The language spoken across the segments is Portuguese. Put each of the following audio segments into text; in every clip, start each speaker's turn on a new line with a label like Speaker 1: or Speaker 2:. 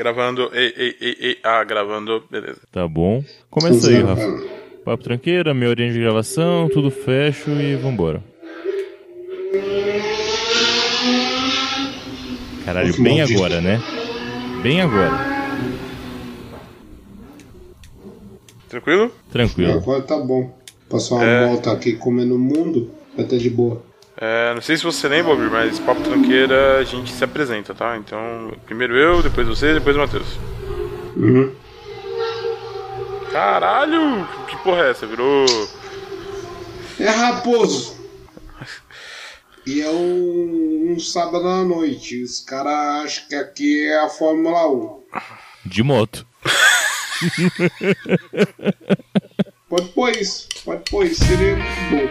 Speaker 1: Gravando, ei, ei, ei, ei, ah, gravando, beleza.
Speaker 2: Tá bom. Começa aí, Rafa. Papo tranqueira, meia horinha de gravação, tudo fecho e vambora. Caralho, bem agora, né? Bem agora.
Speaker 1: Tranquilo?
Speaker 2: Tranquilo.
Speaker 3: Agora tá bom. Passar uma
Speaker 1: É.
Speaker 3: volta aqui comendo o mundo, vai tá de boa.
Speaker 1: É, não sei se você lembra, Alvir, mas Papo Tranqueira a gente se apresenta, tá? Então, primeiro eu, depois você, depois o Matheus.
Speaker 3: Uhum.
Speaker 1: Caralho, que porra é essa? Virou.
Speaker 3: É raposo! E é um, um sábado à noite. Os caras acham que aqui é a Fórmula 1.
Speaker 2: De moto.
Speaker 3: Pode pôr isso, pode pôr isso, seria bom.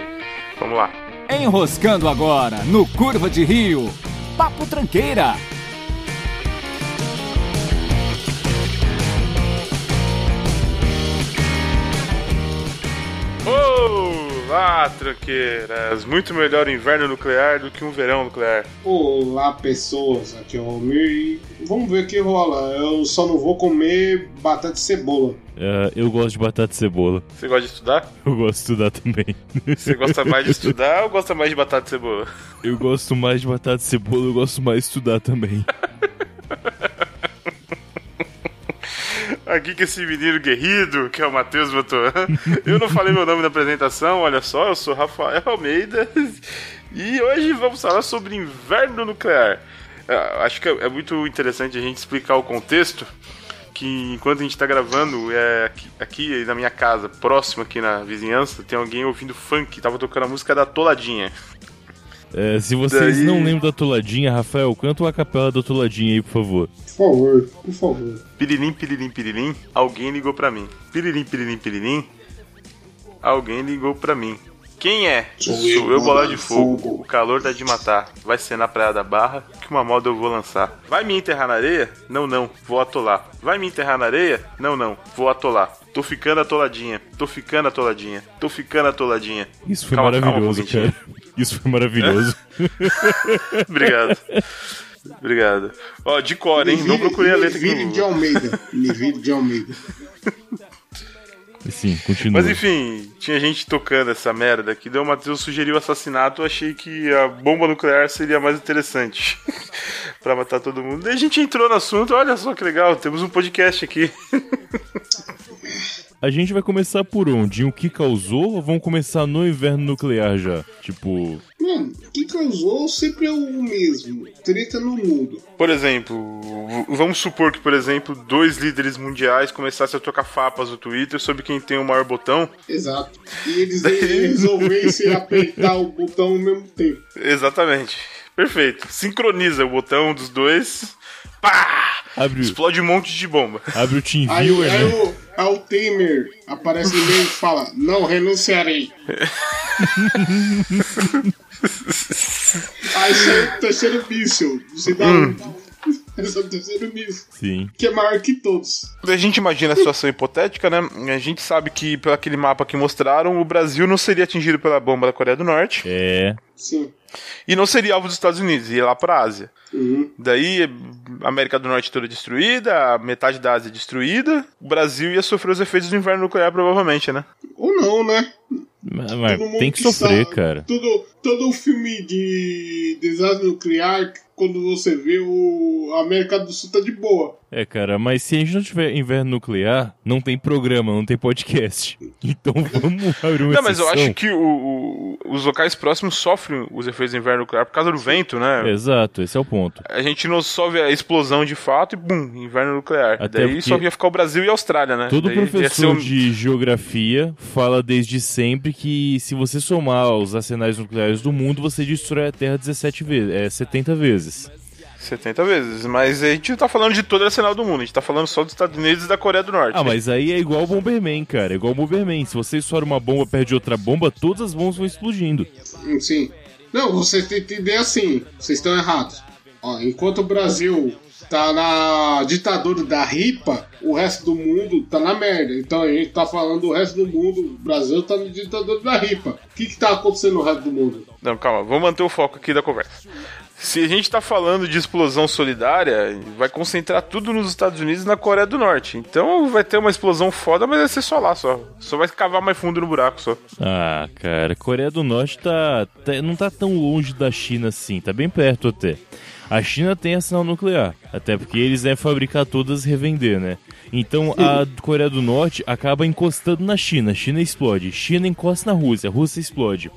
Speaker 1: Vamos lá.
Speaker 4: Enroscando agora no Curva de Rio. Papo Tranqueira.
Speaker 1: Olá, tranqueiras! Muito melhor um inverno nuclear do que um verão nuclear.
Speaker 3: Olá, pessoas. Aqui é o Almir e vamos ver o que rola. Eu só não vou comer batata e cebola.
Speaker 2: Ah, eu gosto de batata e cebola.
Speaker 1: Você gosta de estudar?
Speaker 2: Eu gosto de estudar também.
Speaker 1: Você gosta mais de estudar ou gosta mais de batata e cebola?
Speaker 2: Eu gosto mais de batata e cebola, eu gosto mais de estudar também.
Speaker 1: Aqui que esse menino guerrido, que é o Matheus Botoran. Eu não falei meu nome na apresentação, olha só, eu sou Rafael Almeida e hoje vamos falar sobre inverno nuclear. Ah, Acho que é é muito interessante a gente explicar o contexto, que enquanto a gente está gravando, é aqui, aqui na minha casa, próximo aqui na vizinhança, tem alguém ouvindo funk, tava tocando a música da Toladinha.
Speaker 2: É, se vocês
Speaker 1: Daí-
Speaker 2: não lembram da Toladinha, Rafael, canta uma capela da Toladinha aí, por favor.
Speaker 3: Por favor, por favor.
Speaker 1: Pirilim, pirilim, pirilim, alguém ligou pra mim. Pirilim, pirilim, pirilim, alguém ligou pra mim. Quem é?
Speaker 3: Sou
Speaker 1: Sou
Speaker 3: eu,
Speaker 1: eu, bola de
Speaker 3: bola de
Speaker 1: fogo.
Speaker 3: fogo.
Speaker 1: O calor dá de matar. Vai ser na Praia da Barra que uma moda eu vou lançar. Vai me enterrar na areia? Não, não. Vou atolar. Vai me enterrar na areia? Não, não. Vou atolar. Tô ficando atoladinha. Tô ficando atoladinha. Tô ficando atoladinha.
Speaker 2: Isso foi
Speaker 1: Calma, calma,
Speaker 2: maravilhoso,
Speaker 1: Valentim.
Speaker 2: cara. Isso foi maravilhoso.
Speaker 1: Obrigado. Obrigado. Ó, de cor, hein? Não procurei a letra aqui no
Speaker 3: Nivire de
Speaker 1: Google.
Speaker 3: Almeida. Nivire de Almeida.
Speaker 2: Sim, continua.
Speaker 1: Mas enfim, tinha gente tocando essa merda que daí o Matheus sugeriu o assassinato, eu achei que a bomba nuclear seria mais interessante pra matar todo mundo. Daí a gente entrou no assunto, olha só que legal, temos um podcast aqui.
Speaker 2: A gente vai começar por onde? Em o que causou ou vamos começar no inverno nuclear já? Tipo,
Speaker 3: Mano, o que causou sempre é o mesmo. Treta no mundo.
Speaker 1: Por exemplo, v- vamos supor que, por exemplo, dois líderes mundiais começassem a tocar farpas no Twitter sobre quem tem o maior botão.
Speaker 3: Exato. E eles resolvessem apertar o botão ao mesmo tempo.
Speaker 1: Exatamente. Perfeito. Sincroniza o botão dos dois. Pá!
Speaker 2: abre, o-
Speaker 1: Explode um monte de bomba.
Speaker 2: abre o
Speaker 3: Aí,
Speaker 2: TeamViewer,
Speaker 3: aí,
Speaker 2: né?
Speaker 3: o, aí o Temer aparece no meio e fala: Não renunciarei. aí sai o terceiro míssil. Você dá um. Esse é o terceiro míssil.
Speaker 2: Sim.
Speaker 3: Que é maior que todos.
Speaker 1: A gente imagina a situação hipotética, né? A gente sabe que, pelo aquele mapa que mostraram, o Brasil não seria atingido pela bomba da Coreia do Norte
Speaker 2: É.
Speaker 3: Sim.
Speaker 1: e não seria alvo dos Estados Unidos, ia lá pra Ásia.
Speaker 3: Uhum.
Speaker 1: Daí, a América do Norte toda destruída, a metade da Ásia destruída, o Brasil ia sofrer os efeitos do inverno nuclear, provavelmente, né?
Speaker 3: Ou não, né?
Speaker 2: Mas,
Speaker 3: Todo
Speaker 2: mas
Speaker 3: mundo
Speaker 2: tem que sofrer,
Speaker 3: sabe.
Speaker 2: cara.
Speaker 3: Todo, todo filme de desastre nuclear, quando você vê o a América do Sul tá de boa.
Speaker 2: É, cara, mas se a gente não tiver inverno nuclear, não tem programa, não tem podcast. Então vamos abrir uma
Speaker 1: Não, mas eu
Speaker 2: exceção.
Speaker 1: acho que o- o- os locais próximos sofrem os efeitos do inverno nuclear por causa do vento, né?
Speaker 2: Exato, esse é o ponto.
Speaker 1: A gente não só vê a explosão de fato e, bum, inverno nuclear.
Speaker 2: Até
Speaker 1: Daí
Speaker 2: porque-
Speaker 1: só ia ficar o Brasil e a Austrália, né?
Speaker 2: Todo
Speaker 1: Daí ia ser
Speaker 2: professor
Speaker 1: um-
Speaker 2: de geografia fala desde sempre que se você somar os arsenais nucleares do mundo, você destrói a Terra 17 vezes, é, 70 vezes.
Speaker 1: 70 vezes, mas a gente não tá falando de todo o arsenal do mundo, a gente tá falando só dos Estados Unidos e da Coreia do Norte.
Speaker 2: Ah, mas aí é igual o Bomberman, cara, é igual o Bomberman. Se você estoura uma bomba, perde outra bomba, todas as bombas vão explodindo.
Speaker 3: Hum, Sim. Não, vocês têm que entender assim. Vocês estão errados. Ó, enquanto o Brasil tá na ditadura da ripa, o resto do mundo tá na merda. Então a gente tá falando do resto do mundo. O Brasil tá na ditadura da ripa. O que que tá acontecendo no resto do mundo?
Speaker 1: Não, calma, vamos manter o foco aqui da conversa. se a gente tá falando de explosão solidária, vai concentrar tudo nos Estados Unidos e na Coreia do Norte. Então vai ter uma explosão foda, mas vai ser só lá só. Só vai cavar mais fundo no buraco só.
Speaker 2: Ah, cara, Coreia do Norte tá, tá- não tá tão longe da China assim, tá bem perto até. A China tem arsenal nuclear, até porque eles devem fabricar todas e revender, né? Então a Coreia do Norte acaba encostando na China, China explode, China encosta na Rússia, Rússia explode.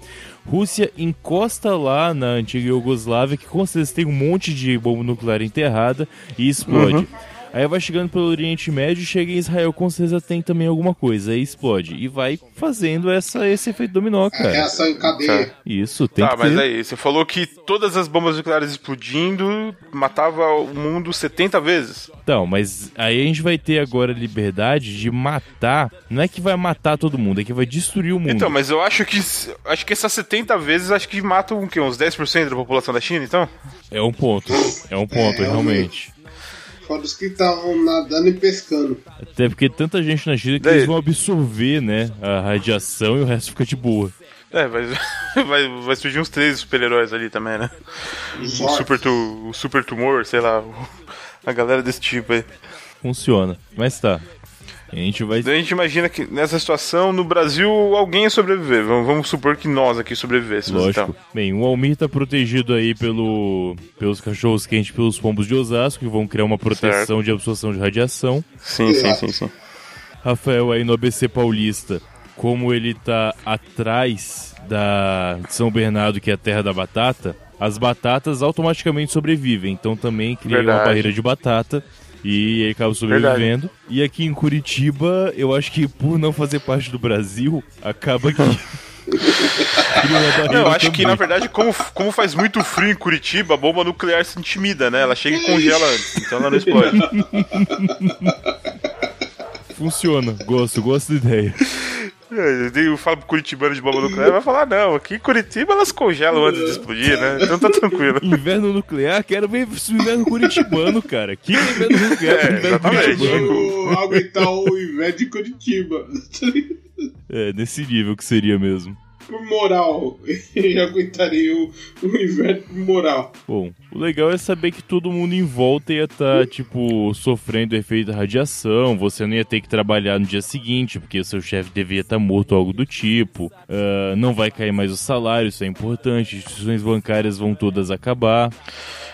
Speaker 2: Rússia encosta lá na antiga Iugoslávia, que com certeza tem um monte de bomba nuclear enterrada e explode. Aí vai chegando pelo Oriente Médio, chega em Israel, com certeza tem também alguma coisa, aí explode. E vai fazendo essa, esse efeito dominó,
Speaker 3: É
Speaker 2: cara.
Speaker 3: reação em cadeia.
Speaker 2: Isso, tem
Speaker 1: tá,
Speaker 2: que
Speaker 1: mas
Speaker 2: ter.
Speaker 1: aí, você falou que todas as bombas nucleares explodindo matava o mundo 70 vezes.
Speaker 2: Então, mas aí a gente vai ter agora a liberdade de matar. Não é que vai matar todo mundo, é que vai destruir o mundo.
Speaker 1: Então, mas eu acho que acho que essas 70 vezes acho que matam o quê? Uns 10% da população da China, então?
Speaker 2: É um ponto. É um ponto,
Speaker 3: É,
Speaker 2: realmente. é.
Speaker 3: Fora os que estavam nadando e pescando.
Speaker 2: Até porque tanta gente na China que
Speaker 1: Daí-
Speaker 2: eles vão absorver, né? A radiação e o resto fica de boa.
Speaker 1: É, vai, vai, vai surgir uns três super-heróis ali também, né?
Speaker 3: Os
Speaker 1: O
Speaker 3: orcs.
Speaker 1: super, tu, o super tumor, sei lá, o- a galera desse tipo aí.
Speaker 2: Funciona. Mas tá. A gente
Speaker 1: Daí
Speaker 2: vai.
Speaker 1: Então a gente imagina que nessa situação, no Brasil, alguém ia sobreviver. Vamos, vamos supor que nós aqui sobrevivêssemos.
Speaker 2: Lógico.
Speaker 1: Então.
Speaker 2: Bem, o Almir tá protegido aí pelo, pelos cachorros quentes, pelos pombos de Osasco, que vão criar uma proteção de absorção de radiação.
Speaker 1: Sim, sim, sim, sim.
Speaker 2: Rafael aí no ABC Paulista, como ele tá atrás da de São Bernardo, que é a terra da batata, as batatas automaticamente sobrevivem. Então também cria uma
Speaker 1: Verdade.
Speaker 2: barreira de batata e ele acaba sobrevivendo. E aqui em Curitiba, eu acho que por não fazer parte do Brasil, acaba que. cria uma barreira
Speaker 1: Não, eu acho que, na
Speaker 2: também.
Speaker 1: verdade, como, como faz muito frio em Curitiba, a bomba nuclear se intimida, né? Ela chega e congela antes, então ela não explode.
Speaker 2: Funciona. Gosto, gosto da ideia.
Speaker 1: Eu falo pro curitibano de bomba nuclear, vai falar, não, aqui em Curitiba elas congelam antes de explodir, né? Então tá tranquilo.
Speaker 2: Inverno nuclear, quero ver esse inverno curitibano, cara. Que inverno nuclear,
Speaker 1: É,
Speaker 2: inverno
Speaker 1: exatamente.
Speaker 2: curitibano.
Speaker 3: Vamos Tipo, aguentar o inverno de Curitiba.
Speaker 2: É, nesse nível que seria mesmo.
Speaker 3: Por moral. Eu aguentaria o, o inverno por moral.
Speaker 2: Bom, o legal é saber que todo mundo em volta ia estar, tipo, sofrendo o efeito da radiação, você não ia ter que trabalhar no dia seguinte, porque o seu chefe devia estar morto ou algo do tipo, Ah, não vai cair mais o salário, isso é importante, instituições bancárias vão todas acabar. a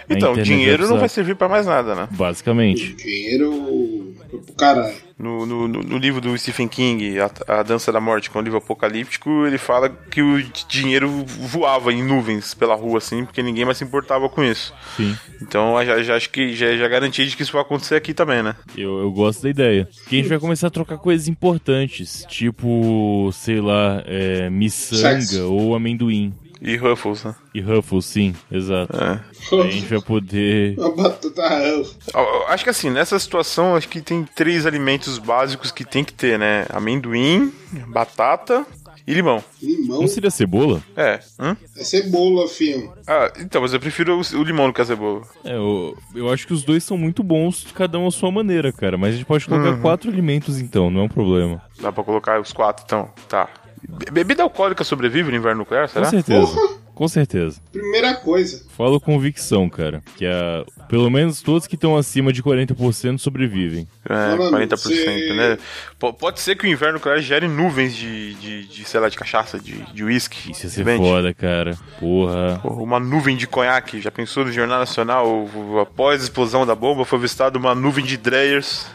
Speaker 1: Então,
Speaker 2: internet
Speaker 1: dinheiro não vai
Speaker 2: precisar-
Speaker 1: servir pra mais nada, né?
Speaker 2: Basicamente.
Speaker 3: Dinheiro foi pro caralho.
Speaker 1: No, no, no- no livro do Stephen King, a, a Dança da Morte, que é um livro apocalíptico, ele fala que o di- dinheiro voava em nuvens pela rua, assim, porque ninguém mais se importava com isso.
Speaker 2: Sim,
Speaker 1: Então, já, já acho que já, já garantia de que isso vai acontecer aqui também, né?
Speaker 2: eu, eu gosto da ideia. Que a gente vai começar a trocar coisas importantes, tipo, sei lá, é, miçanga
Speaker 3: Sexo.
Speaker 2: ou amendoim.
Speaker 1: E Ruffles, né?
Speaker 2: E Ruffles, sim, exato.
Speaker 1: É.
Speaker 2: Aí a gente vai poder
Speaker 3: Uma batata rã.
Speaker 1: Eu- eu Acho que assim, nessa situação, acho que tem três alimentos básicos que tem que ter, né? Amendoim, batata e limão.
Speaker 3: Limão
Speaker 2: Não seria cebola?
Speaker 1: É. hã?
Speaker 3: é cebola, fião.
Speaker 1: Ah, então, mas eu prefiro o, o limão do que a cebola.
Speaker 2: É, eu, eu acho que os dois são muito bons, cada um à sua maneira, cara. Mas a gente pode colocar quatro alimentos então, não é um problema.
Speaker 1: Dá pra colocar os quatro, então. Tá. Be- Bebida alcoólica sobrevive no inverno nuclear,
Speaker 2: Com
Speaker 1: será?
Speaker 2: certeza. Com certeza.
Speaker 3: Primeira coisa.
Speaker 2: Falo convicção, cara. Que a, pelo menos todos que estão acima de 40% sobrevivem.
Speaker 1: É,
Speaker 3: Falando,
Speaker 1: 40%,
Speaker 3: você-
Speaker 1: né? P- pode ser que o inverno nuclear gere nuvens de, de, de, sei lá, de cachaça, de, de uísque.
Speaker 2: Isso ia
Speaker 1: de
Speaker 2: ser
Speaker 1: repente.
Speaker 2: foda, cara. Porra.
Speaker 1: Pô, Uma nuvem de conhaque. Já pensou no Jornal Nacional? o- o- Após a explosão da bomba, foi avistada uma nuvem de Dreyers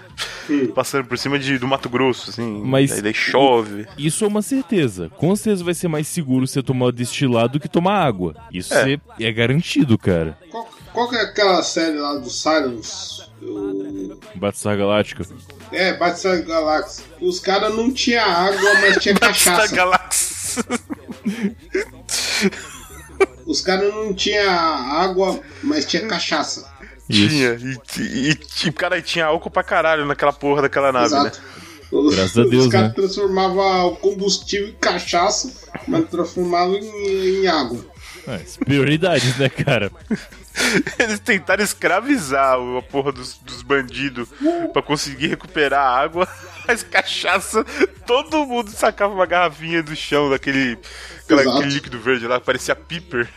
Speaker 1: passando por cima de, do Mato Grosso, assim.
Speaker 2: Mas-
Speaker 1: Aí daí chove.
Speaker 2: Isso é uma certeza. Com certeza vai ser mais seguro você tomar destilado do que tomar água. Isso
Speaker 1: É.
Speaker 2: é, é garantido, cara.
Speaker 3: Qual, qual que é aquela série lá do Silence? O-
Speaker 2: Batissar Galáctica.
Speaker 3: É, Batista Galáxia. Os caras não tinham água, mas tinha
Speaker 1: Essa
Speaker 3: cachaça.
Speaker 1: galáxia.
Speaker 3: Os caras não tinham água, mas tinha cachaça.
Speaker 1: Tinha. E, e, e- e, cara, tinha álcool pra caralho naquela porra daquela nave, né?
Speaker 3: Exato. Os-
Speaker 2: Graças a Deus,
Speaker 3: Os caras
Speaker 2: né?
Speaker 3: transformavam o combustível em cachaça, mas transformavam em, em água.
Speaker 2: É, Ah, prioridades, né, cara?
Speaker 1: Eles tentaram escravizar a porra dos, dos bandidos pra conseguir recuperar a água. Mas cachaça, todo mundo sacava uma garrafinha do chão daquele aquela-
Speaker 3: Exato.
Speaker 1: aquele líquido verde lá que parecia piper.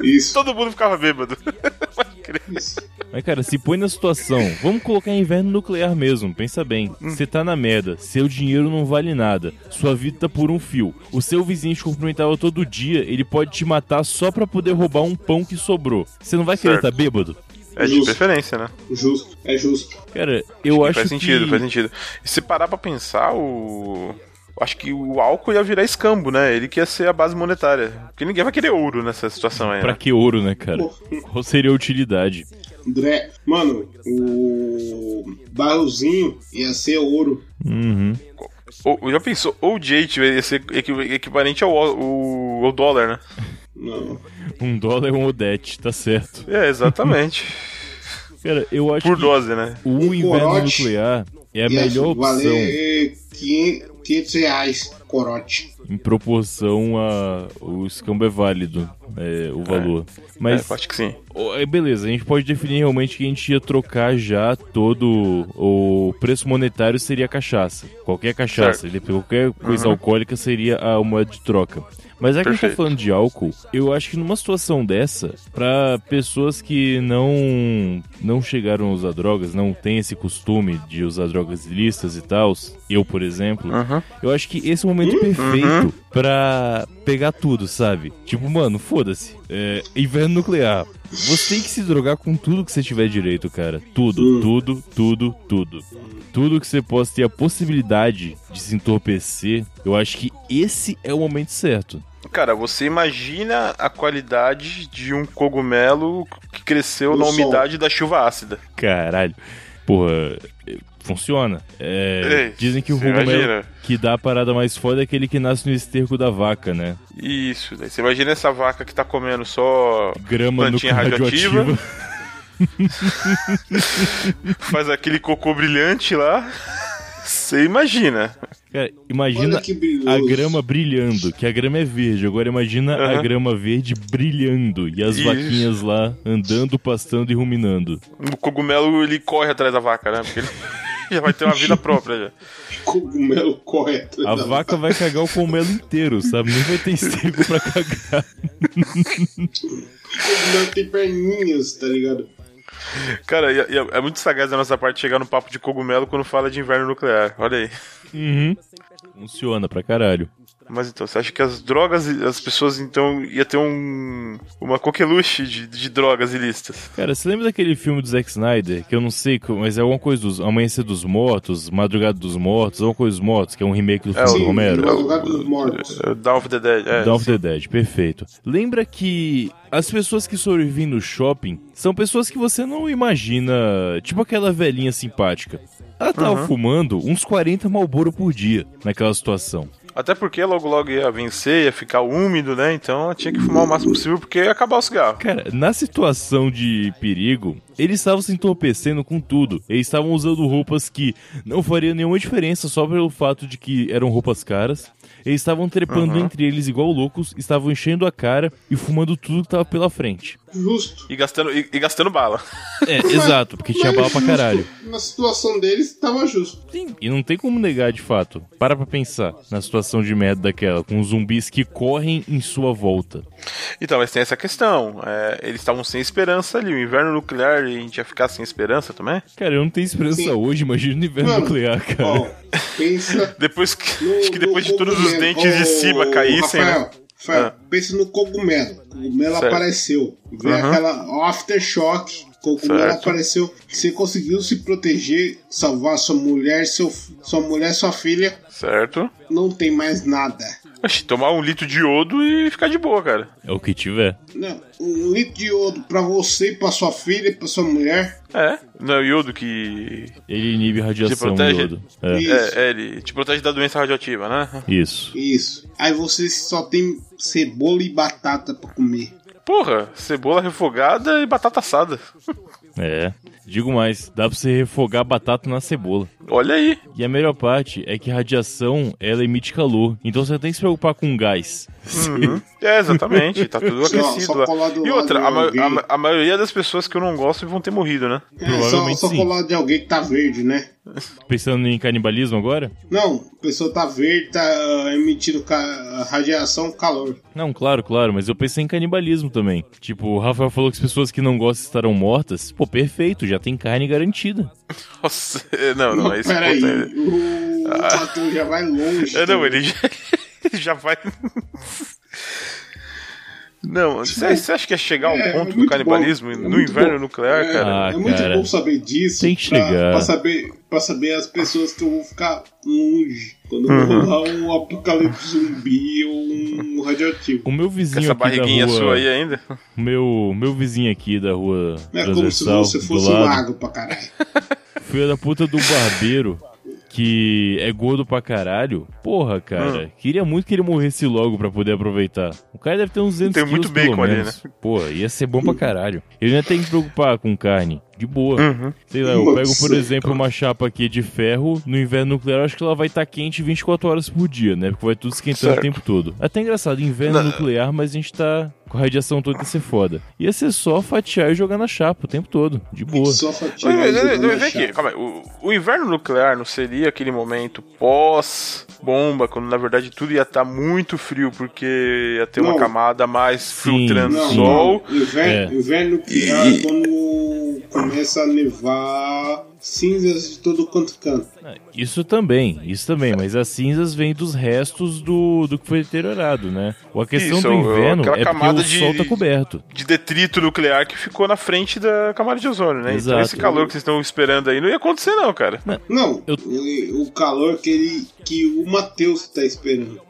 Speaker 3: Isso.
Speaker 1: Todo mundo ficava bêbado. Pode crer.
Speaker 3: isso.
Speaker 2: Mas, cara, se põe na situação, vamos colocar inverno nuclear mesmo, pensa bem.
Speaker 1: Hum.
Speaker 2: Você tá na merda, seu dinheiro não vale nada, sua vida tá por um fio. O seu vizinho te cumprimentava todo dia, ele pode te matar só pra poder roubar um pão que sobrou. Você não vai querer
Speaker 1: Certo.
Speaker 2: tá bêbado?
Speaker 1: É de
Speaker 3: Justo.
Speaker 1: preferência, né?
Speaker 3: Justo, é justo.
Speaker 2: Cara, eu acho
Speaker 1: faz sentido,
Speaker 2: que...
Speaker 1: faz sentido. E se parar pra pensar, o. Acho que o álcool ia virar escambo, né? Ele que ia ser a base monetária. Porque ninguém vai querer ouro nessa situação aí.
Speaker 2: Pra
Speaker 1: Né?
Speaker 2: que ouro, né, cara? Qual seria a utilidade?
Speaker 3: André, mano, o barrozinho ia ser ouro.
Speaker 2: Uhum.
Speaker 1: Ou, já pensou? Ou o Jate ia ser equi- equivalente ao, ao, ao dólar, né?
Speaker 3: Não.
Speaker 2: Um dólar é um Odete, tá certo.
Speaker 1: É, exatamente.
Speaker 2: Cara, eu acho
Speaker 1: Por
Speaker 2: que
Speaker 1: dose, né?
Speaker 2: o
Speaker 3: Um
Speaker 2: inverno
Speaker 3: corote
Speaker 2: nuclear é a
Speaker 3: ia
Speaker 2: melhor opção
Speaker 3: valer 500, 500 reais, corote.
Speaker 2: em proporção a o escambo é válido, é, o valor. Mas
Speaker 1: É, acho que sim.
Speaker 2: Ó, é, beleza, a gente pode definir realmente que a gente ia trocar já todo o preço monetário seria a cachaça. Qualquer cachaça, ele- qualquer coisa alcoólica seria a moeda de troca. Mas já que a gente tá
Speaker 1: Perfeito.
Speaker 2: falando de álcool, eu acho que numa situação dessa, pra pessoas que não não chegaram a usar drogas, não têm esse costume de usar drogas ilícitas e tal, eu, por exemplo,
Speaker 1: Uhum.
Speaker 2: eu acho que esse é o momento perfeito pra pegar tudo, sabe? Tipo, mano, foda-se. É, inverno nuclear. Você tem que se drogar com tudo que você tiver direito, cara. Tudo, tudo, tudo, tudo. Tudo que você possa ter a possibilidade de se entorpecer, eu acho que esse é o momento certo.
Speaker 1: Cara, você imagina a qualidade de um cogumelo que cresceu
Speaker 3: No
Speaker 1: na
Speaker 3: sol.
Speaker 1: umidade da chuva ácida.
Speaker 2: Caralho. Porra, é, funciona. É,
Speaker 1: Ei,
Speaker 2: dizem que o
Speaker 1: você
Speaker 2: cogumelo
Speaker 1: imagina?
Speaker 2: que dá a parada mais foda é aquele que nasce no esterco da vaca, né?
Speaker 1: Isso, daí você imagina essa vaca que tá comendo só
Speaker 2: Grama
Speaker 1: Plantinha
Speaker 2: nuclear
Speaker 1: radioativa.
Speaker 2: radioativa.
Speaker 1: faz aquele cocô brilhante lá. Você imagina.
Speaker 2: Cara,
Speaker 3: Olha
Speaker 2: imagina
Speaker 3: que brilhoso.
Speaker 2: a grama brilhando, que a grama é verde. Agora imagina a
Speaker 1: Aham.
Speaker 2: grama verde brilhando e as
Speaker 1: Isso.
Speaker 2: vaquinhas lá andando, pastando e ruminando.
Speaker 1: O cogumelo ele corre atrás da vaca, né? Porque ele já vai ter uma vida própria já.
Speaker 3: Cogumelo correto.
Speaker 2: A vaca vai cagar o cogumelo inteiro, sabe? Não vai ter esterco pra cagar.
Speaker 3: Cogumelo tem perninhas, tá ligado?
Speaker 1: Cara, e- e é, é muito sagaz da nossa parte chegar no papo de cogumelo quando fala de inverno nuclear. Olha aí.
Speaker 2: Uhum. Funciona pra caralho.
Speaker 1: Mas então, você acha que as drogas, e- as pessoas então ia ter um uma coqueluche de, de drogas ilícitas?
Speaker 2: Cara, você lembra daquele filme do Zack Snyder? Que eu não sei, como- mas é alguma coisa dos Amanhecer dos Mortos, Madrugada dos Mortos, alguma coisa dos Mortos, que é um remake do filme
Speaker 1: o-
Speaker 2: do
Speaker 1: é
Speaker 2: Romero.
Speaker 1: o-
Speaker 3: Madrugada dos Mortos.
Speaker 1: É, Dawn of the Dead. É,
Speaker 2: Dawn of the Dead, perfeito. Lembra que as pessoas que sobrevivem no shopping são pessoas que você não imagina, tipo aquela velhinha simpática. Ela tava fumando uns 40 Malboro por dia naquela situação.
Speaker 1: Até porque logo logo ia vencer, ia ficar úmido, né? Então tinha que fumar o máximo possível porque ia acabar o cigarro.
Speaker 2: Cara, na situação de perigo, eles estavam se entorpecendo com tudo. Eles estavam usando roupas que não faria nenhuma diferença só pelo fato de que eram roupas caras. Eles estavam trepando entre eles igual loucos, estavam enchendo a cara e fumando tudo que tava pela frente.
Speaker 3: Justo.
Speaker 1: E gastando, e, e gastando bala.
Speaker 2: É, exato, porque tinha
Speaker 3: Mas
Speaker 2: bala pra
Speaker 3: justo.
Speaker 2: caralho.
Speaker 3: Na situação deles, tava justo.
Speaker 2: Sim, e não tem como negar de fato. Para pra pensar na situação de merda daquela, com zumbis que correm em sua volta.
Speaker 1: Então, mas tem essa questão. é, eles estavam sem esperança ali. O inverno nuclear, a gente ia ficar sem esperança também?
Speaker 2: Cara, eu não tenho esperança
Speaker 3: Sim.
Speaker 2: hoje, imagina no inverno
Speaker 3: Mano,
Speaker 2: nuclear, cara.
Speaker 3: Ó, pensa.
Speaker 1: Depois que,
Speaker 3: no-
Speaker 1: acho que depois
Speaker 3: no
Speaker 1: de todos os
Speaker 3: cogumelo.
Speaker 1: dentes de cima
Speaker 3: Ô,
Speaker 1: caíssem,
Speaker 3: Rafael,
Speaker 1: né?
Speaker 3: Rafael,
Speaker 1: Ah.
Speaker 3: pensa no cogumelo. O cogumelo
Speaker 1: Certo.
Speaker 3: apareceu. Veio
Speaker 1: Aham.
Speaker 3: aquela ó, aftershock. O cogumelo
Speaker 1: Certo.
Speaker 3: apareceu. Você conseguiu se proteger, salvar sua mulher, seu, sua mulher, sua filha.
Speaker 1: certo?
Speaker 3: Não tem mais nada.
Speaker 1: Oxi, tomar um litro de iodo e ficar de boa, cara.
Speaker 2: É o que tiver.
Speaker 3: Não, um litro de iodo pra você, pra sua filha, pra sua mulher.
Speaker 1: É, não é o iodo que.
Speaker 2: Ele inibe radiação do
Speaker 1: protege?
Speaker 2: iodo. É,
Speaker 3: Isso.
Speaker 1: É, é, ele te protege da doença radioativa, né?
Speaker 2: isso.
Speaker 3: Isso. Aí você só tem cebola e batata pra comer.
Speaker 1: Porra, cebola refogada e batata assada.
Speaker 2: É. Digo mais, dá pra você refogar batata na cebola.
Speaker 1: Olha aí.
Speaker 2: E a melhor parte é que radiação, ela emite calor. Então você não tem que se preocupar com gás.
Speaker 1: Uhum. É, exatamente. Tá tudo
Speaker 3: Só-
Speaker 1: aquecido
Speaker 3: só
Speaker 1: lá.
Speaker 3: colar do
Speaker 1: E
Speaker 3: lado
Speaker 1: outra,
Speaker 3: de
Speaker 1: a, ma-
Speaker 3: alguém.
Speaker 1: a ma- a maioria das pessoas que eu não gosto vão ter morrido, né?
Speaker 3: É, só,
Speaker 2: Provavelmente
Speaker 3: só
Speaker 2: sim.
Speaker 3: colar de alguém que tá verde, né?
Speaker 2: Pensando em canibalismo agora?
Speaker 3: Não, a pessoa tá verde, tá ah, emitindo ca- radiação, calor.
Speaker 2: Não, claro, claro, mas eu pensei em canibalismo também. Tipo, o Rafael falou que as pessoas que não gostam estarão mortas. Pô, perfeito, já tem carne garantida.
Speaker 1: Nossa, é, não, não, é esse ponto
Speaker 3: Peraí,
Speaker 1: ainda.
Speaker 3: o Platão já vai longe.
Speaker 1: É, não,
Speaker 3: também.
Speaker 1: ele já, ele já vai. Não, você você acha que é chegar ao
Speaker 3: Tipo, É,
Speaker 1: ponto do
Speaker 3: muito
Speaker 1: canibalismo
Speaker 3: bom. É
Speaker 1: no
Speaker 3: muito
Speaker 1: inverno
Speaker 3: bom.
Speaker 1: nuclear,
Speaker 3: É,
Speaker 1: cara?
Speaker 2: Ah,
Speaker 3: é muito
Speaker 2: cara.
Speaker 3: bom saber disso.
Speaker 2: Tem que
Speaker 3: pra-
Speaker 2: chegar.
Speaker 3: Pra saber, pra saber as pessoas que eu vou ficar longe quando
Speaker 1: Uhum.
Speaker 3: rolar um apocalipse zumbi ou um radioativo.
Speaker 2: O meu
Speaker 1: Com
Speaker 2: vizinho
Speaker 1: essa
Speaker 2: aqui da
Speaker 1: barriguinha
Speaker 2: rua,
Speaker 1: sua aí ainda?
Speaker 2: o meu, meu vizinho aqui da rua
Speaker 3: É como se
Speaker 2: transversal,
Speaker 3: você
Speaker 2: do
Speaker 3: fosse um
Speaker 2: lado,
Speaker 3: magro pra caralho.
Speaker 2: Filho da puta do barbeiro, que é gordo pra caralho. Porra,
Speaker 1: Hum.
Speaker 2: cara. Queria muito que ele morresse logo pra poder aproveitar. O cara deve ter uns 200
Speaker 1: Tem muito
Speaker 2: quilos, pelo
Speaker 1: bacon ali, né?
Speaker 2: menos. Porra, ia ser bom pra caralho. Ele não ia ter que se preocupar com carne. De boa.
Speaker 1: Uhum.
Speaker 2: Sei lá, eu
Speaker 3: Nossa,
Speaker 2: pego, por
Speaker 3: cara.
Speaker 2: exemplo, uma chapa aqui de ferro. No inverno nuclear, eu acho que ela vai estar quente 24 horas por dia, né? Porque vai tudo esquentando
Speaker 1: Certo.
Speaker 2: o tempo todo. Até engraçado, inverno nuclear, mas a gente tá com a radiação toda ia ser foda. Ia ser só fatiar e jogar na chapa o tempo todo. De boa.
Speaker 3: Só fatiar.
Speaker 1: Mas, mas,
Speaker 3: e
Speaker 1: mas,
Speaker 3: jogar
Speaker 1: mas
Speaker 3: na
Speaker 1: vem aqui,
Speaker 3: chapa.
Speaker 1: calma aí. O, o inverno nuclear não seria aquele momento pós-bomba, quando na verdade tudo ia estar muito frio, porque ia ter uma
Speaker 3: Não.
Speaker 1: camada a mais
Speaker 2: Sim.
Speaker 1: filtrando
Speaker 3: Não,
Speaker 1: sol.
Speaker 3: não. Inverno,
Speaker 2: É.
Speaker 3: inverno nuclear é quando começa a nevar cinzas de todo quanto canto.
Speaker 2: Isso também, isso também, mas as cinzas vêm dos restos do, do que foi deteriorado, né? A questão
Speaker 1: Isso,
Speaker 2: do inverno
Speaker 1: aquela
Speaker 2: é porque
Speaker 1: camada
Speaker 2: o
Speaker 1: de-
Speaker 2: sol tá coberto.
Speaker 1: De detrito nuclear que ficou na frente da camada de ozônio, né? Então
Speaker 2: Exato.
Speaker 1: esse calor que vocês estão esperando aí não ia acontecer, não, cara.
Speaker 3: Não,
Speaker 2: Eu-
Speaker 3: ele- o calor que, ele, que o Matheus tá esperando.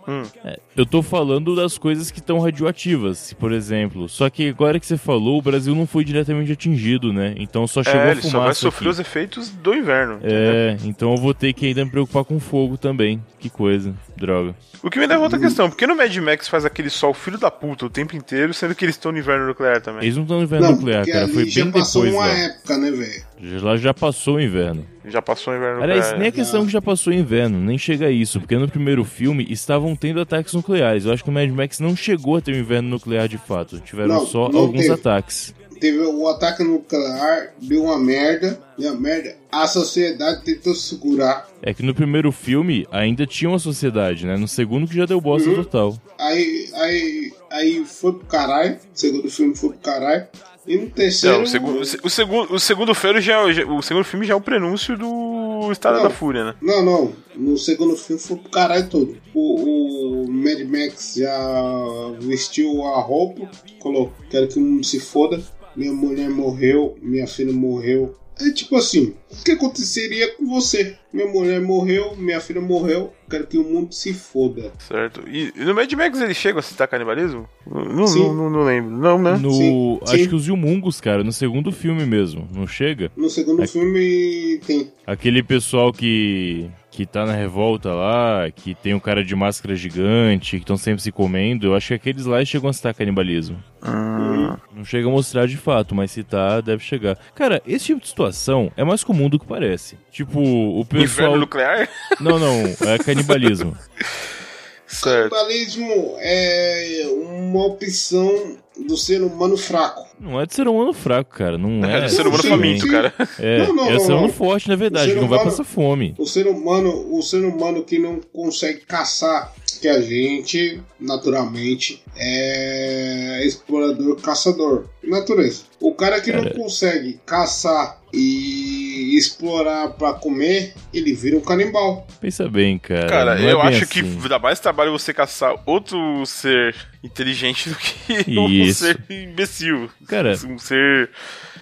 Speaker 2: É, Eu tô falando das coisas que estão radioativas, por exemplo. Só que agora que você falou, o Brasil não foi diretamente atingido, né? Então só chegou
Speaker 1: É,
Speaker 2: a
Speaker 1: ele
Speaker 2: fumaça
Speaker 1: só vai
Speaker 2: aqui.
Speaker 1: sofrer os efeitos do inverno.
Speaker 2: É, então eu vou ter que ainda me preocupar com fogo também. Que coisa, droga.
Speaker 1: O que me leva a
Speaker 2: Hum.
Speaker 1: outra questão, por que no Mad Max faz aquele sol filho da puta o tempo inteiro, sendo que eles estão no inverno nuclear também?
Speaker 2: Eles não estão no inverno
Speaker 3: Não,
Speaker 2: É nuclear,
Speaker 3: porque
Speaker 2: cara.
Speaker 3: ali
Speaker 2: Foi
Speaker 3: já
Speaker 2: bem
Speaker 3: passou
Speaker 2: depois
Speaker 3: uma
Speaker 2: lá.
Speaker 3: época, né, velho?
Speaker 2: Já, já passou o inverno.
Speaker 1: Já passou o inverno
Speaker 2: Aliás,
Speaker 1: nuclear.
Speaker 2: nem a questão que já passou o inverno, nem chega a isso, porque no primeiro filme estavam tendo ataques nucleares. Eu acho que o Mad Max não chegou a ter um inverno nuclear de fato. Tiveram
Speaker 3: Não,
Speaker 2: só
Speaker 3: não
Speaker 2: alguns
Speaker 3: teve.
Speaker 2: ataques.
Speaker 3: Teve o ataque nuclear, deu uma merda, deu uma merda. A sociedade tentou segurar.
Speaker 2: É que no primeiro filme ainda tinha uma sociedade, né? No segundo que já deu bosta
Speaker 3: Uhum.
Speaker 2: total.
Speaker 3: Aí, aí, aí foi pro caralho. O segundo filme foi pro caralho. E no terceiro.
Speaker 1: Não, o, segundo, o, segundo, o segundo filme já, é- já- o segundo filme já é o prenúncio do Estado
Speaker 3: Não.
Speaker 1: da Fúria, né?
Speaker 3: Não, não. No segundo filme foi pro caralho todo. O, o Mad Max já vestiu a roupa, colocou, quero que o mundo se foda. Minha mulher morreu, minha filha morreu. É tipo assim, o que aconteceria com você? Minha mulher morreu, minha filha morreu, quero que o mundo se foda.
Speaker 1: Certo. E, e no Mad Max ele chega a citar canibalismo? Não,
Speaker 3: Sim.
Speaker 1: não, não, não lembro. Não, né?
Speaker 2: No.
Speaker 3: Ah, Sim,
Speaker 2: acho
Speaker 3: sim.
Speaker 2: que os Yumungos, cara, no segundo filme mesmo, não chega?
Speaker 3: No segundo filme tem.
Speaker 2: Aquele pessoal que. que tá na revolta lá, que tem o cara de máscara gigante, que estão sempre se comendo, eu acho que aqueles lá chegam a citar canibalismo. Não chega a mostrar de fato, mas se tá, deve chegar. Cara, esse tipo de situação é mais comum do que parece. Tipo, o
Speaker 1: Inverno
Speaker 2: pessoal.
Speaker 1: nuclear?
Speaker 2: Não, não, é canibalismo.
Speaker 1: Certo.
Speaker 3: Canibalismo é uma opção do ser humano fraco.
Speaker 2: Não é de ser humano fraco, cara. Não é.
Speaker 1: É, ser humano
Speaker 3: sim,
Speaker 1: faminto,
Speaker 3: sim.
Speaker 1: cara.
Speaker 2: É,
Speaker 3: Não, não,
Speaker 2: é
Speaker 3: não,
Speaker 2: ser humano
Speaker 3: não.
Speaker 2: forte, na verdade,
Speaker 3: Ser
Speaker 2: que não vai
Speaker 3: humano-
Speaker 2: passar fome.
Speaker 3: O ser humano, o ser humano que não consegue caçar, que a gente naturalmente é explorador caçador, natureza. O cara que não consegue caçar e explorar pra comer, ele vira um canibal.
Speaker 2: Pensa bem, cara.
Speaker 1: Cara,
Speaker 2: não é
Speaker 1: eu
Speaker 2: bem
Speaker 1: acho
Speaker 2: assim.
Speaker 1: que dá mais trabalho você caçar outro ser inteligente do que um
Speaker 2: Isso. É.
Speaker 1: ser imbecil.
Speaker 2: Cara,
Speaker 1: Um ser.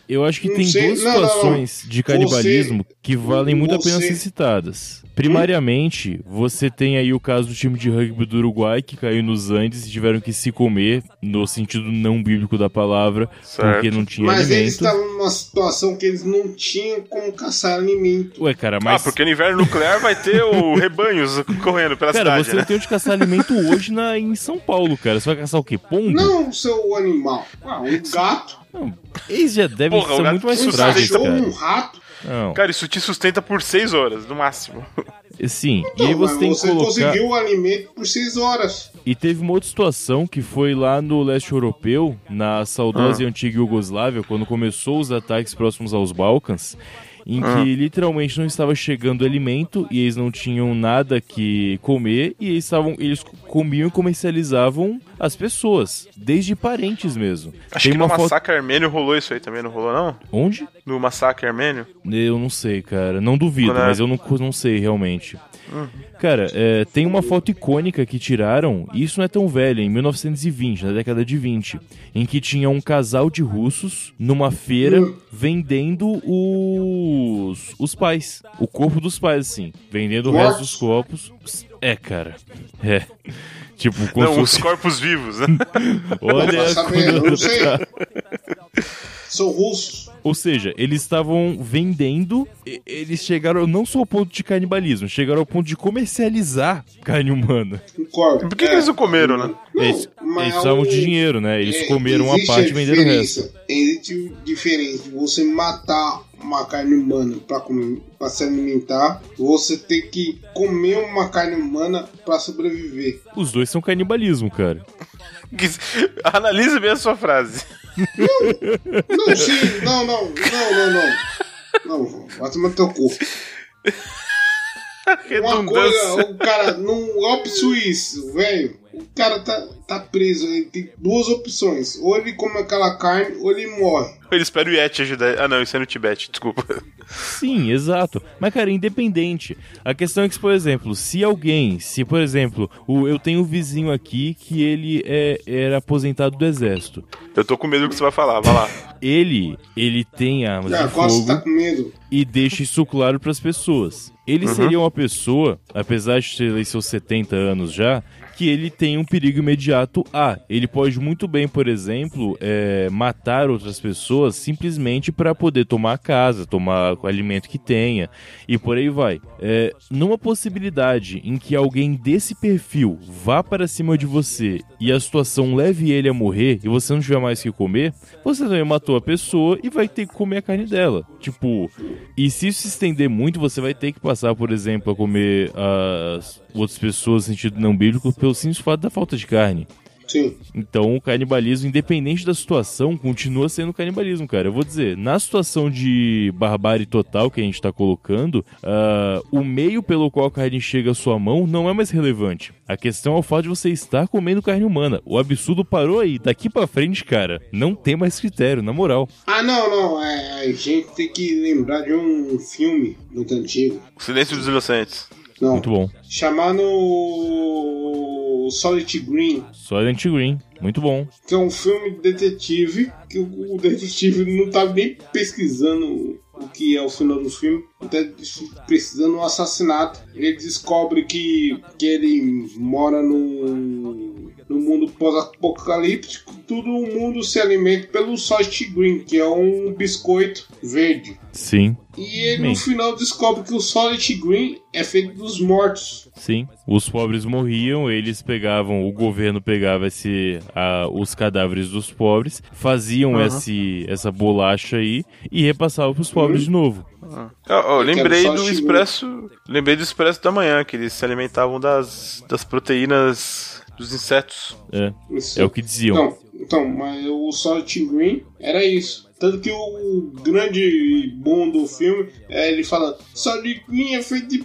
Speaker 2: eu acho que
Speaker 3: Não
Speaker 2: tem
Speaker 3: sei-
Speaker 2: duas
Speaker 3: não, não, não.
Speaker 2: situações de canibalismo que valem muito a pena
Speaker 3: você-
Speaker 2: ser citadas. Primariamente, você tem aí o caso do time de rugby do Uruguai que caiu nos Andes e tiveram que se comer, no sentido não bíblico da palavra,
Speaker 1: Certo.
Speaker 2: porque não tinha
Speaker 3: Mas eles
Speaker 2: alimento.
Speaker 3: estavam numa situação que eles não tinham como caçar alimento.
Speaker 2: Ué, cara, mas.
Speaker 1: Ah, porque no inverno nuclear vai ter o rebanhos correndo pela
Speaker 2: Cara,
Speaker 1: cidade,
Speaker 2: você
Speaker 1: né?
Speaker 2: não tem onde caçar alimento hoje na, em São Paulo, cara. Você vai caçar o quê? Pombo?
Speaker 3: Não, seu animal. Ah, um gato,
Speaker 2: Não, Eles já devem
Speaker 1: Porra, o
Speaker 2: ser
Speaker 1: gato
Speaker 2: muito mais
Speaker 3: um
Speaker 1: Isso,
Speaker 2: frágeis,
Speaker 3: cachorro,
Speaker 2: cara.
Speaker 3: um rato.
Speaker 2: Não.
Speaker 1: Cara, isso te sustenta por seis horas, no máximo.
Speaker 2: Sim, e aí
Speaker 3: Não, mas
Speaker 2: você tem que
Speaker 3: você
Speaker 2: colocar.
Speaker 3: conseguiu o alimento por 6 horas.
Speaker 2: E teve uma outra situação que foi lá no leste europeu, na saudosa e
Speaker 1: Ah.
Speaker 2: antiga Iugoslávia, quando começou os ataques próximos aos Balcãs, em
Speaker 1: Ah.
Speaker 2: que literalmente não estava chegando alimento e eles não tinham nada que comer e eles estavam eles co- comiam e comercializavam as pessoas, desde parentes mesmo.
Speaker 1: Acho que no massacre armênio rolou isso aí também, não rolou não?
Speaker 2: onde?
Speaker 1: No massacre armênio?
Speaker 2: Eu não sei, cara. Não duvido,
Speaker 1: Quando é?
Speaker 2: mas eu não, não sei realmente. Cara, é, tem uma foto icônica que tiraram, e isso não é tão velho, em 1920, na década de 20, em que tinha um casal de russos numa feira vendendo os, os pais. O corpo dos pais, assim. Vendendo o
Speaker 3: What?
Speaker 2: resto dos corpos. É, cara. É. Tipo, como se
Speaker 1: não, os
Speaker 2: fosse-
Speaker 1: corpos vivos, né?
Speaker 2: Olha
Speaker 3: Vai saber,
Speaker 2: quando-
Speaker 3: não sei. São russos.
Speaker 2: Ou seja, eles estavam vendendo, e- eles chegaram não só ao ponto de canibalismo, chegaram ao ponto de comercializar carne humana.
Speaker 3: Concordo. É,
Speaker 1: Por que, que eles não comeram, né?
Speaker 2: Eles, eles
Speaker 3: um
Speaker 2: precisavam de dinheiro, né? Eles comeram uma parte e venderam o resto.
Speaker 3: Existe diferença de você matar uma carne humana pra, comer, pra se alimentar, você tem que comer uma carne humana pra sobreviver.
Speaker 2: Os dois são canibalismo, cara.
Speaker 1: Que- Analise bem a sua frase.
Speaker 3: Não, sim, não, não, não, não, não. Não, vai tomar no teu cu. Uma coisa,
Speaker 1: Redundância.
Speaker 3: o cara, num golpe suíço, velho, o cara tá, tá preso, ele tem duas opções. Ou ele come aquela carne, ou ele morre.
Speaker 1: Ele espera o Yeti ajudar. Ah, não, isso é no Tibete, desculpa.
Speaker 2: Sim, exato. Mas, cara, é independente. A questão é que, por exemplo, se alguém, se, por exemplo, o, eu tenho um vizinho aqui que ele é, era aposentado do exército.
Speaker 1: Eu tô com medo do que você vai falar, vai lá.
Speaker 2: Ele, ele tem armas
Speaker 3: Ah,
Speaker 2: de
Speaker 3: Costa
Speaker 2: fogo.
Speaker 3: tá com medo.
Speaker 2: e deixa isso claro pras pessoas. Ele seria uma pessoa, apesar de ter aí seus 70 anos já, que ele tem um perigo imediato a. Ele pode muito bem, por exemplo, é, matar outras pessoas simplesmente para poder tomar a casa, tomar o alimento que tenha e por aí vai. É, numa possibilidade em que alguém desse perfil vá para cima de você e a situação leve ele a morrer e você não tiver mais o que comer, você também matou a pessoa e vai ter que comer a carne dela. Tipo, e se isso se estender muito, você vai ter que passar, por exemplo, a comer as outras pessoas no sentido não bíblico pelo simples fato da falta de carne.
Speaker 3: Sim.
Speaker 2: Então, o canibalismo, independente da situação, continua sendo canibalismo, cara. Eu vou dizer, na situação de barbárie total que a gente tá colocando, ah, o meio pelo qual a carne chega à sua mão não é mais relevante. A questão é o fato de você estar comendo carne humana. O absurdo parou aí. Daqui pra frente, cara, não tem mais critério, na moral.
Speaker 3: Ah, não, não, é, a gente tem que lembrar de um filme muito antigo.
Speaker 1: O Silêncio dos Inocentes.
Speaker 3: Não,
Speaker 2: Muito bom.
Speaker 3: chamado Solid Green,
Speaker 2: Só Green, muito bom.
Speaker 3: que é um filme de detetive, que o o detetive não tá nem pesquisando o que é o final do filme, tá precisando um assassinato. Ele descobre que, que ele mora no, no mundo pós-apocalíptico, todo mundo se alimenta pelo Solid Green, que é um biscoito verde.
Speaker 2: Sim,
Speaker 3: E ele
Speaker 2: Bem.
Speaker 3: no final descobre que o Solid Green é feito dos mortos.
Speaker 2: sim. Os pobres morriam, eles pegavam, o governo pegava esse, a- os cadáveres dos pobres, faziam esse, essa bolacha aí e repassava pros pobres de novo.
Speaker 1: Eu, eu lembrei
Speaker 3: quero só
Speaker 1: do
Speaker 3: xingar.
Speaker 1: expresso. Lembrei do expresso da manhã, que eles se alimentavam das, das proteínas dos insetos.
Speaker 2: É,
Speaker 3: Isso.
Speaker 2: é o que diziam.
Speaker 3: Não, então, mas o Solid Green era isso. Tanto que o grande bom do filme é ele fala: Solid Green é feito de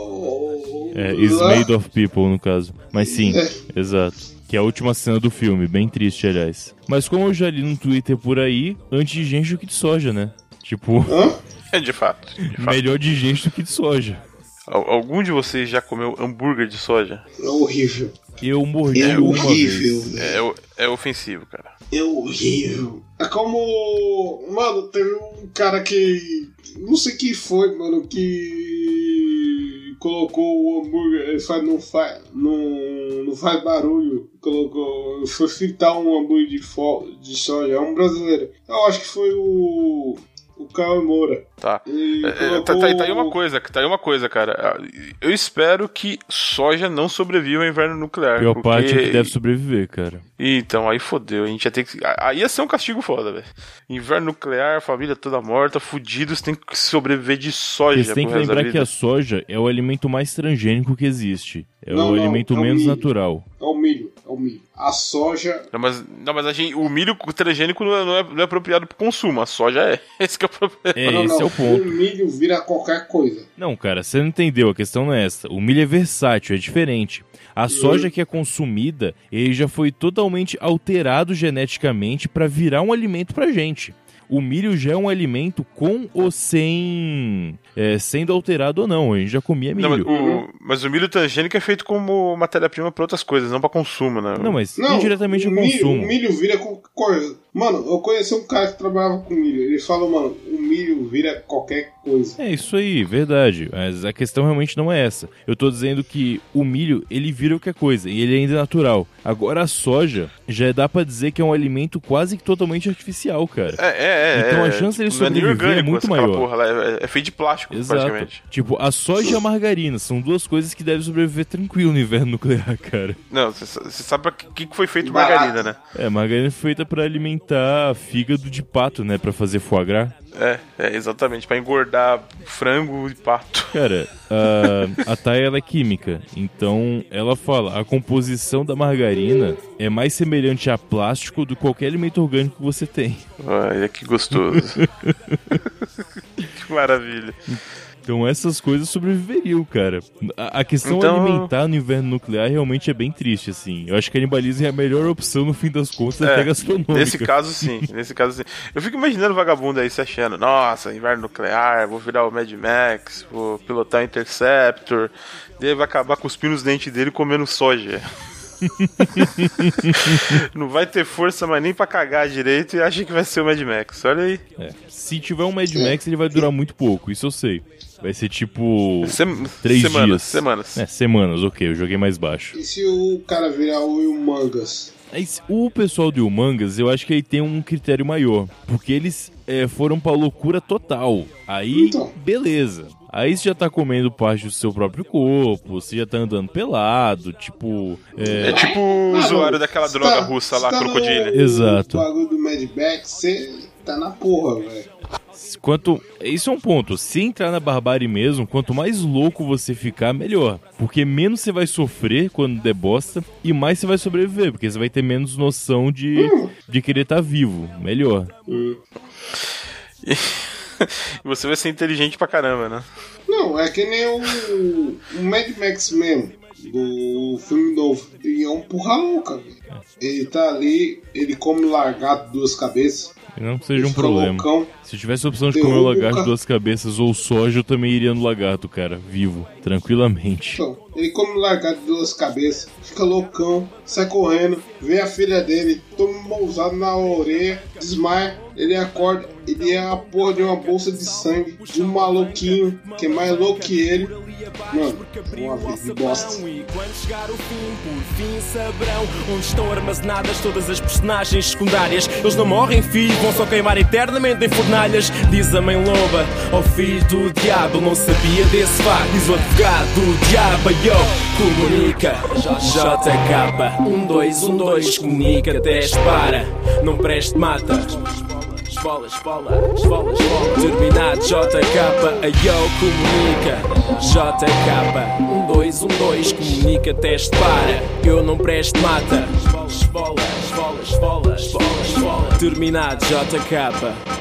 Speaker 3: people.
Speaker 2: É, is made of people, no caso. Mas sim,
Speaker 3: É.
Speaker 2: exato. Que é a última cena do filme, bem triste, aliás. Mas como eu já li no Twitter por aí, antes de gente do que de soja, né? Tipo,
Speaker 3: Hã?
Speaker 1: É, de fato. De fato.
Speaker 2: melhor de gente do que de soja.
Speaker 1: Al- Algum de vocês já comeu hambúrguer de soja?
Speaker 3: É horrível.
Speaker 2: Eu mordi
Speaker 3: É
Speaker 2: uma vez.
Speaker 3: horrível, velho.
Speaker 1: É, o- é ofensivo, cara.
Speaker 3: É horrível. É como. Mano, teve um cara que. Não sei quem foi, mano, que. Colocou o hambúrguer. Ele faz, não, faz, não, não faz barulho. Colocou. Foi fritar um hambúrguer de, fo, de soja. É um brasileiro. Eu acho que foi o. O Caio Moura.
Speaker 1: Tá.
Speaker 3: E
Speaker 1: É, tá,
Speaker 3: colocou
Speaker 1: tá aí- tá aí uma
Speaker 3: o-
Speaker 1: coisa, tá aí uma coisa, cara. Eu espero que soja não sobreviva ao inverno nuclear.
Speaker 2: Pior
Speaker 1: porque-
Speaker 2: parte é que deve sobreviver, cara.
Speaker 1: Então, aí fodeu. A gente ia ter que. Aí ia ser um castigo foda, velho. Inverno nuclear, família toda morta, fudidos, tem que sobreviver de soja.
Speaker 2: Vocês têm
Speaker 1: pro
Speaker 2: que
Speaker 1: resto é, da
Speaker 2: lembrar que
Speaker 1: vida.
Speaker 2: a soja é o alimento mais transgênico que existe. É
Speaker 3: Não,
Speaker 2: o
Speaker 3: não,
Speaker 2: alimento
Speaker 3: é o
Speaker 2: menos
Speaker 3: milho.
Speaker 2: natural.
Speaker 3: É o milho, é o milho. A soja.
Speaker 1: Não, mas, não, mas a gente, o milho transgênico não é, não, é, não é apropriado pro consumo, a soja é. Esse que é o problema.
Speaker 2: É,
Speaker 3: não,
Speaker 2: esse
Speaker 3: não,
Speaker 2: é o ponto.
Speaker 3: milho vira qualquer coisa.
Speaker 2: Não, cara, você não entendeu, a questão não é essa. O milho é versátil, é diferente. A soja que é consumida, ele já foi totalmente alterado geneticamente pra virar um alimento pra gente. O milho já é um alimento com ou sem. é, sendo alterado ou não. A gente já comia
Speaker 1: Não, mas,
Speaker 2: milho.
Speaker 1: o, mas o milho transgênico é feito como matéria-prima pra outras coisas, não pra consumo, né?
Speaker 2: Não, mas
Speaker 3: Não,
Speaker 2: indiretamente
Speaker 3: o
Speaker 2: o
Speaker 3: milho,
Speaker 2: consumo.
Speaker 3: O milho vira qualquer coisa. Mano, eu conheci um cara que trabalhava com milho. Ele falou, mano, o milho vira qualquer coisa.
Speaker 2: É isso aí, verdade. Mas a questão realmente não é essa. Eu tô dizendo que o milho, ele vira qualquer coisa, e ele ainda é natural. Agora a soja, já dá pra dizer que é um alimento quase que totalmente artificial, cara.
Speaker 1: É, é, é.
Speaker 2: Então
Speaker 1: é,
Speaker 2: a chance dele
Speaker 1: não nem
Speaker 2: sobreviver é
Speaker 1: orgânico
Speaker 2: muito
Speaker 1: essa- aquela
Speaker 2: maior.
Speaker 1: Porra lá, é, é feito de plástico,
Speaker 2: Exato.
Speaker 1: praticamente.
Speaker 2: Tipo, a soja e a margarina são duas coisas que devem sobreviver tranquilo no inverno nuclear, cara.
Speaker 1: Não, você sabe pra que, que foi feito
Speaker 3: Barato.
Speaker 1: margarina, né?
Speaker 2: É, margarina é feita pra alimentar fígado de pato, né, Pra fazer foie gras.
Speaker 1: É, é, exatamente, pra engordar frango e pato.
Speaker 2: Cara, a, a Thay ela é química, então ela fala a composição da margarina é mais semelhante a plástico do que qualquer alimento orgânico que você tem.
Speaker 1: Olha que gostoso. que maravilha.
Speaker 2: Então essas coisas sobreviveriam, cara. A, a questão
Speaker 1: Então-
Speaker 2: alimentar no inverno nuclear realmente é bem triste, assim. Eu acho que canibalismo é a melhor opção no fim das contas, até gastronômica.
Speaker 1: É, Nesse caso, sim. Nesse caso, sim. Eu fico imaginando o vagabundo aí se achando: nossa, inverno nuclear, vou virar o Mad Max, vou pilotar o Interceptor. Daí vai acabar cuspindo os dentes dele e comendo soja. Não vai ter força mais nem pra cagar direito e acha que vai ser o Mad Max. Olha aí.
Speaker 2: É. Se tiver um Mad Max, ele vai durar muito pouco, isso eu sei. Vai ser tipo.
Speaker 1: Sem-
Speaker 2: Três
Speaker 1: semanas,
Speaker 2: dias.
Speaker 1: Semanas.
Speaker 2: É, semanas, ok, eu joguei mais baixo.
Speaker 3: E se o cara virar o Ilmangas?
Speaker 2: Mas o pessoal do Humangas, eu acho que ele tem um critério maior. Porque eles é, foram pra loucura total. Aí,
Speaker 3: Então.
Speaker 2: beleza. Aí você já tá comendo parte do seu próprio corpo, você já tá andando pelado, tipo.
Speaker 1: É
Speaker 2: É,
Speaker 1: tipo o usuário daquela droga
Speaker 3: tá-
Speaker 1: russa lá, crocodilha.
Speaker 2: Exato.
Speaker 3: O bagulho do Mad Max, você tá na porra, velho.
Speaker 2: quanto. Isso é um ponto. Se entrar na barbárie mesmo, quanto mais louco você ficar, melhor. Porque menos você vai sofrer quando der bosta, e mais você vai sobreviver, porque você vai ter menos noção de, de querer estar vivo. Melhor.
Speaker 1: E você vai ser inteligente pra caramba, né?
Speaker 3: Não, é que nem o, o Mad Max mesmo, do filme novo. Ele é um porra louca, velho. Ele tá ali, ele come largado duas cabeças.
Speaker 2: Não que seja um
Speaker 3: fica
Speaker 2: problema.
Speaker 3: loucão.
Speaker 2: Se eu tivesse a opção de
Speaker 3: Derruba
Speaker 2: comer um
Speaker 3: o
Speaker 2: lagarto,
Speaker 3: ca-
Speaker 2: duas cabeças ou soja, eu também iria no lagarto, cara, vivo, tranquilamente.
Speaker 3: Então, ele come largado de duas cabeças, fica loucão, sai correndo, vê a filha dele, toma uma ousada na orelha, desmaia, ele acorda, ele é a porra de uma bolsa de sangue, de um maluquinho, que é mais louco que ele. Mano, é uma vida de bosta.
Speaker 5: E quando chegar o fim, por fim saberão onde estão armazenadas todas as personagens secundárias. Eles não morrem, filho, vão só queimar eternamente em fornalhas. Diz a mãe loba, ó filho do diabo, não sabia desse fato. Diz o advogado do diabo, yo, comunica. JK, um, dois, um, dois, comunica, teste para, não preste, mata. Esbola, esbola, esbola, esbola. Terminado JK, ayo comunica. JK, um dois um dois comunica, teste para. Eu não presto mata. Esbola, esbola, esbola, esbola, esbola. Terminado JK.